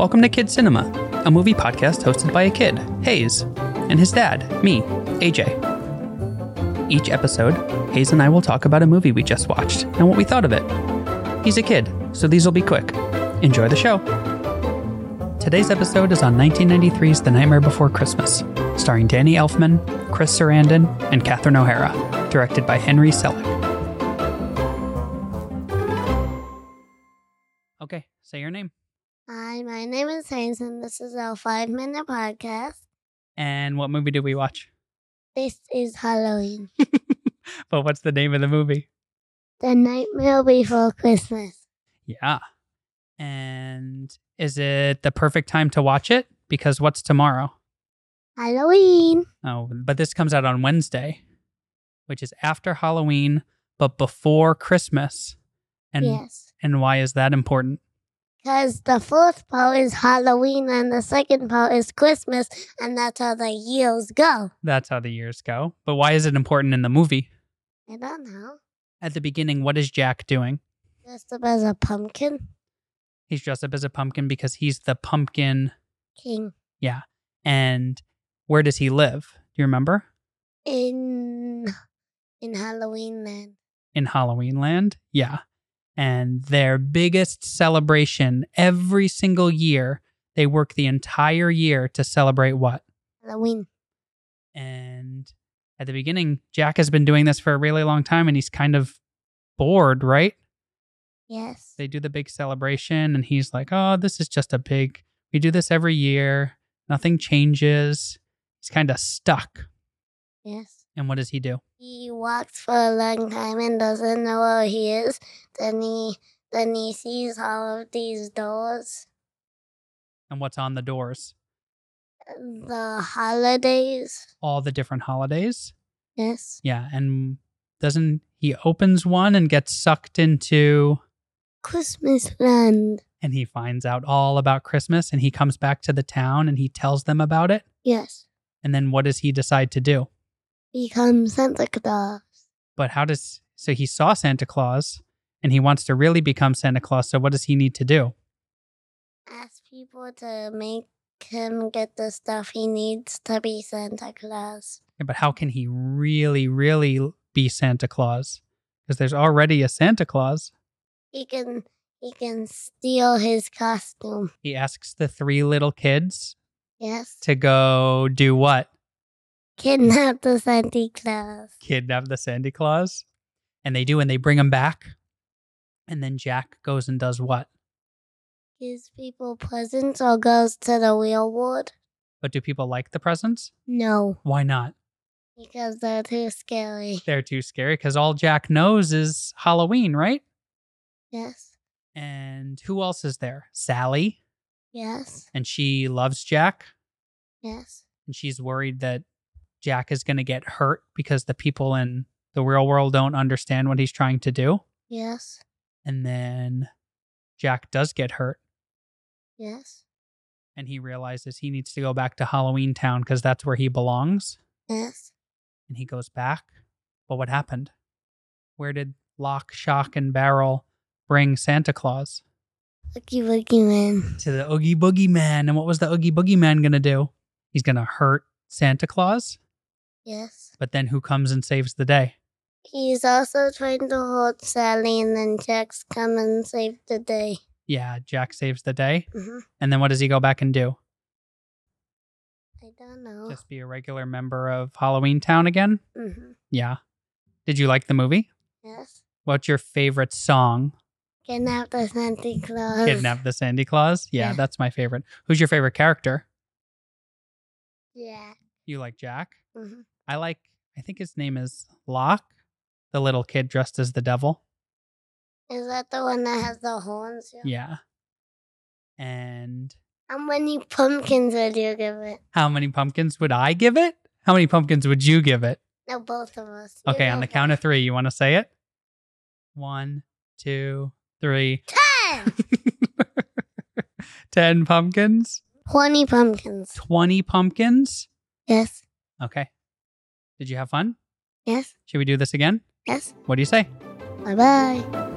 Welcome to Kid Cinema, a movie podcast hosted by a kid, Hayes, and his dad, me, AJ. Each episode, Hayes and I will talk about a movie we just watched and what we thought of it. He's a kid, so these will be quick. Enjoy the show. Today's episode is on 1993's The Nightmare Before Christmas, starring Danny Elfman, Chris Sarandon, and Catherine O'Hara, directed by Henry Selick. Okay, say your name. Hi, my name is Hayes, and this is our five minute podcast. And what movie did we watch? This is Halloween, But what's the name of the movie? the nightmare before Christmas. Yeah. And is it the perfect time to watch it? Because what's tomorrow? Halloween. Oh, but this comes out on Wednesday, which is after Halloween, but before Christmas. And yes. and why is that important? Because the fourth part is Halloween, and the second part is Christmas, and that's how the years go. That's how the years go. But why is it important in the movie? I don't know. At the beginning, what is Jack doing? Dressed up as a pumpkin He's dressed up as a pumpkin because he's the pumpkin. king And where does he live? Do you remember? in in Halloween land. in Halloween Land. Yeah. And their biggest celebration every single year, they work the entire year to celebrate what? Halloween. And at the beginning, Jack has been doing this for a really long time and he's kind of bored, right? Yes. They do the big celebration and he's like, oh, this is just a big, we do this every year. Nothing changes. He's kind of stuck. Yes. And what does he do? He walks for a long time and doesn't know where he is. Then he then he sees all of these doors. And what's on the doors? The holidays. All the different holidays. Yes. Yeah, and doesn't he opens one and gets sucked into Christmas land. and he finds out all about Christmas and he comes back to the town and he tells them about it. Yes. And then what does he decide to do? Become Santa Claus. But how does so he saw Santa Claus and he wants to really become Santa Claus, so what does he need to do? Ask people to make him get the stuff he needs to be Santa Claus. Yeah, But how can he really really be Santa Claus? Because there's already a Santa Claus. He can he can steal his costume. He asks the three little kids Yes. to go do what? Kidnap the Santa Claus. kidnap the Santa Claus, and they do, and they bring him back. And then Jack goes and does what? Gives people presents or goes to the real world? But do people like the presents? No, Why not? because they're too scary. They're too scary because all Jack knows is Halloween, right? Yes, And who else is there? Sally, yes, and she loves Jack, yes, and she's worried that Jack is going to get hurt because the people in the real world don't understand what he's trying to do. yes, And then Jack does get hurt. yes, and he realizes he needs to go back to Halloween Town because that's where he belongs. yes. And he goes back. But what happened? Where did Lock, Shock, and Barrel bring Santa Claus? Looky, looky, man. To the Oogie Boogie Man. And what was the Oogie Boogie Man going to do? He's going to hurt Santa Claus. Yes. But then who comes and saves the day? He's also trying to hold Sally, and then Jack's come and save the day. Yeah, Jack saves the day. Mhm. And then what does he go back and do? I don't know. Just be a regular member of Halloween Town again? hmm Yeah. Did you like the movie? Yes. What's your favorite song? Kidnap the Santa Claus. kidnap the Sandy Claus. Yeah, Yeah. that's my favorite. Who's your favorite character? Yeah. You like Jack? Mhm. I like. I think his name is Locke, the little kid dressed as the devil. Is that the one that has the horns? Yeah. And How many pumpkins did you give it? how many pumpkins would I give it? How many pumpkins would you give it? No, both of us. You Okay, on know the count of both. three, you want to say it? One, two, three. Ten! Ten pumpkins. 20 pumpkins. Twenty pumpkins. Yes, Okay. Did you have fun? yes, Should we do this again? yes. What do you say? Bye bye.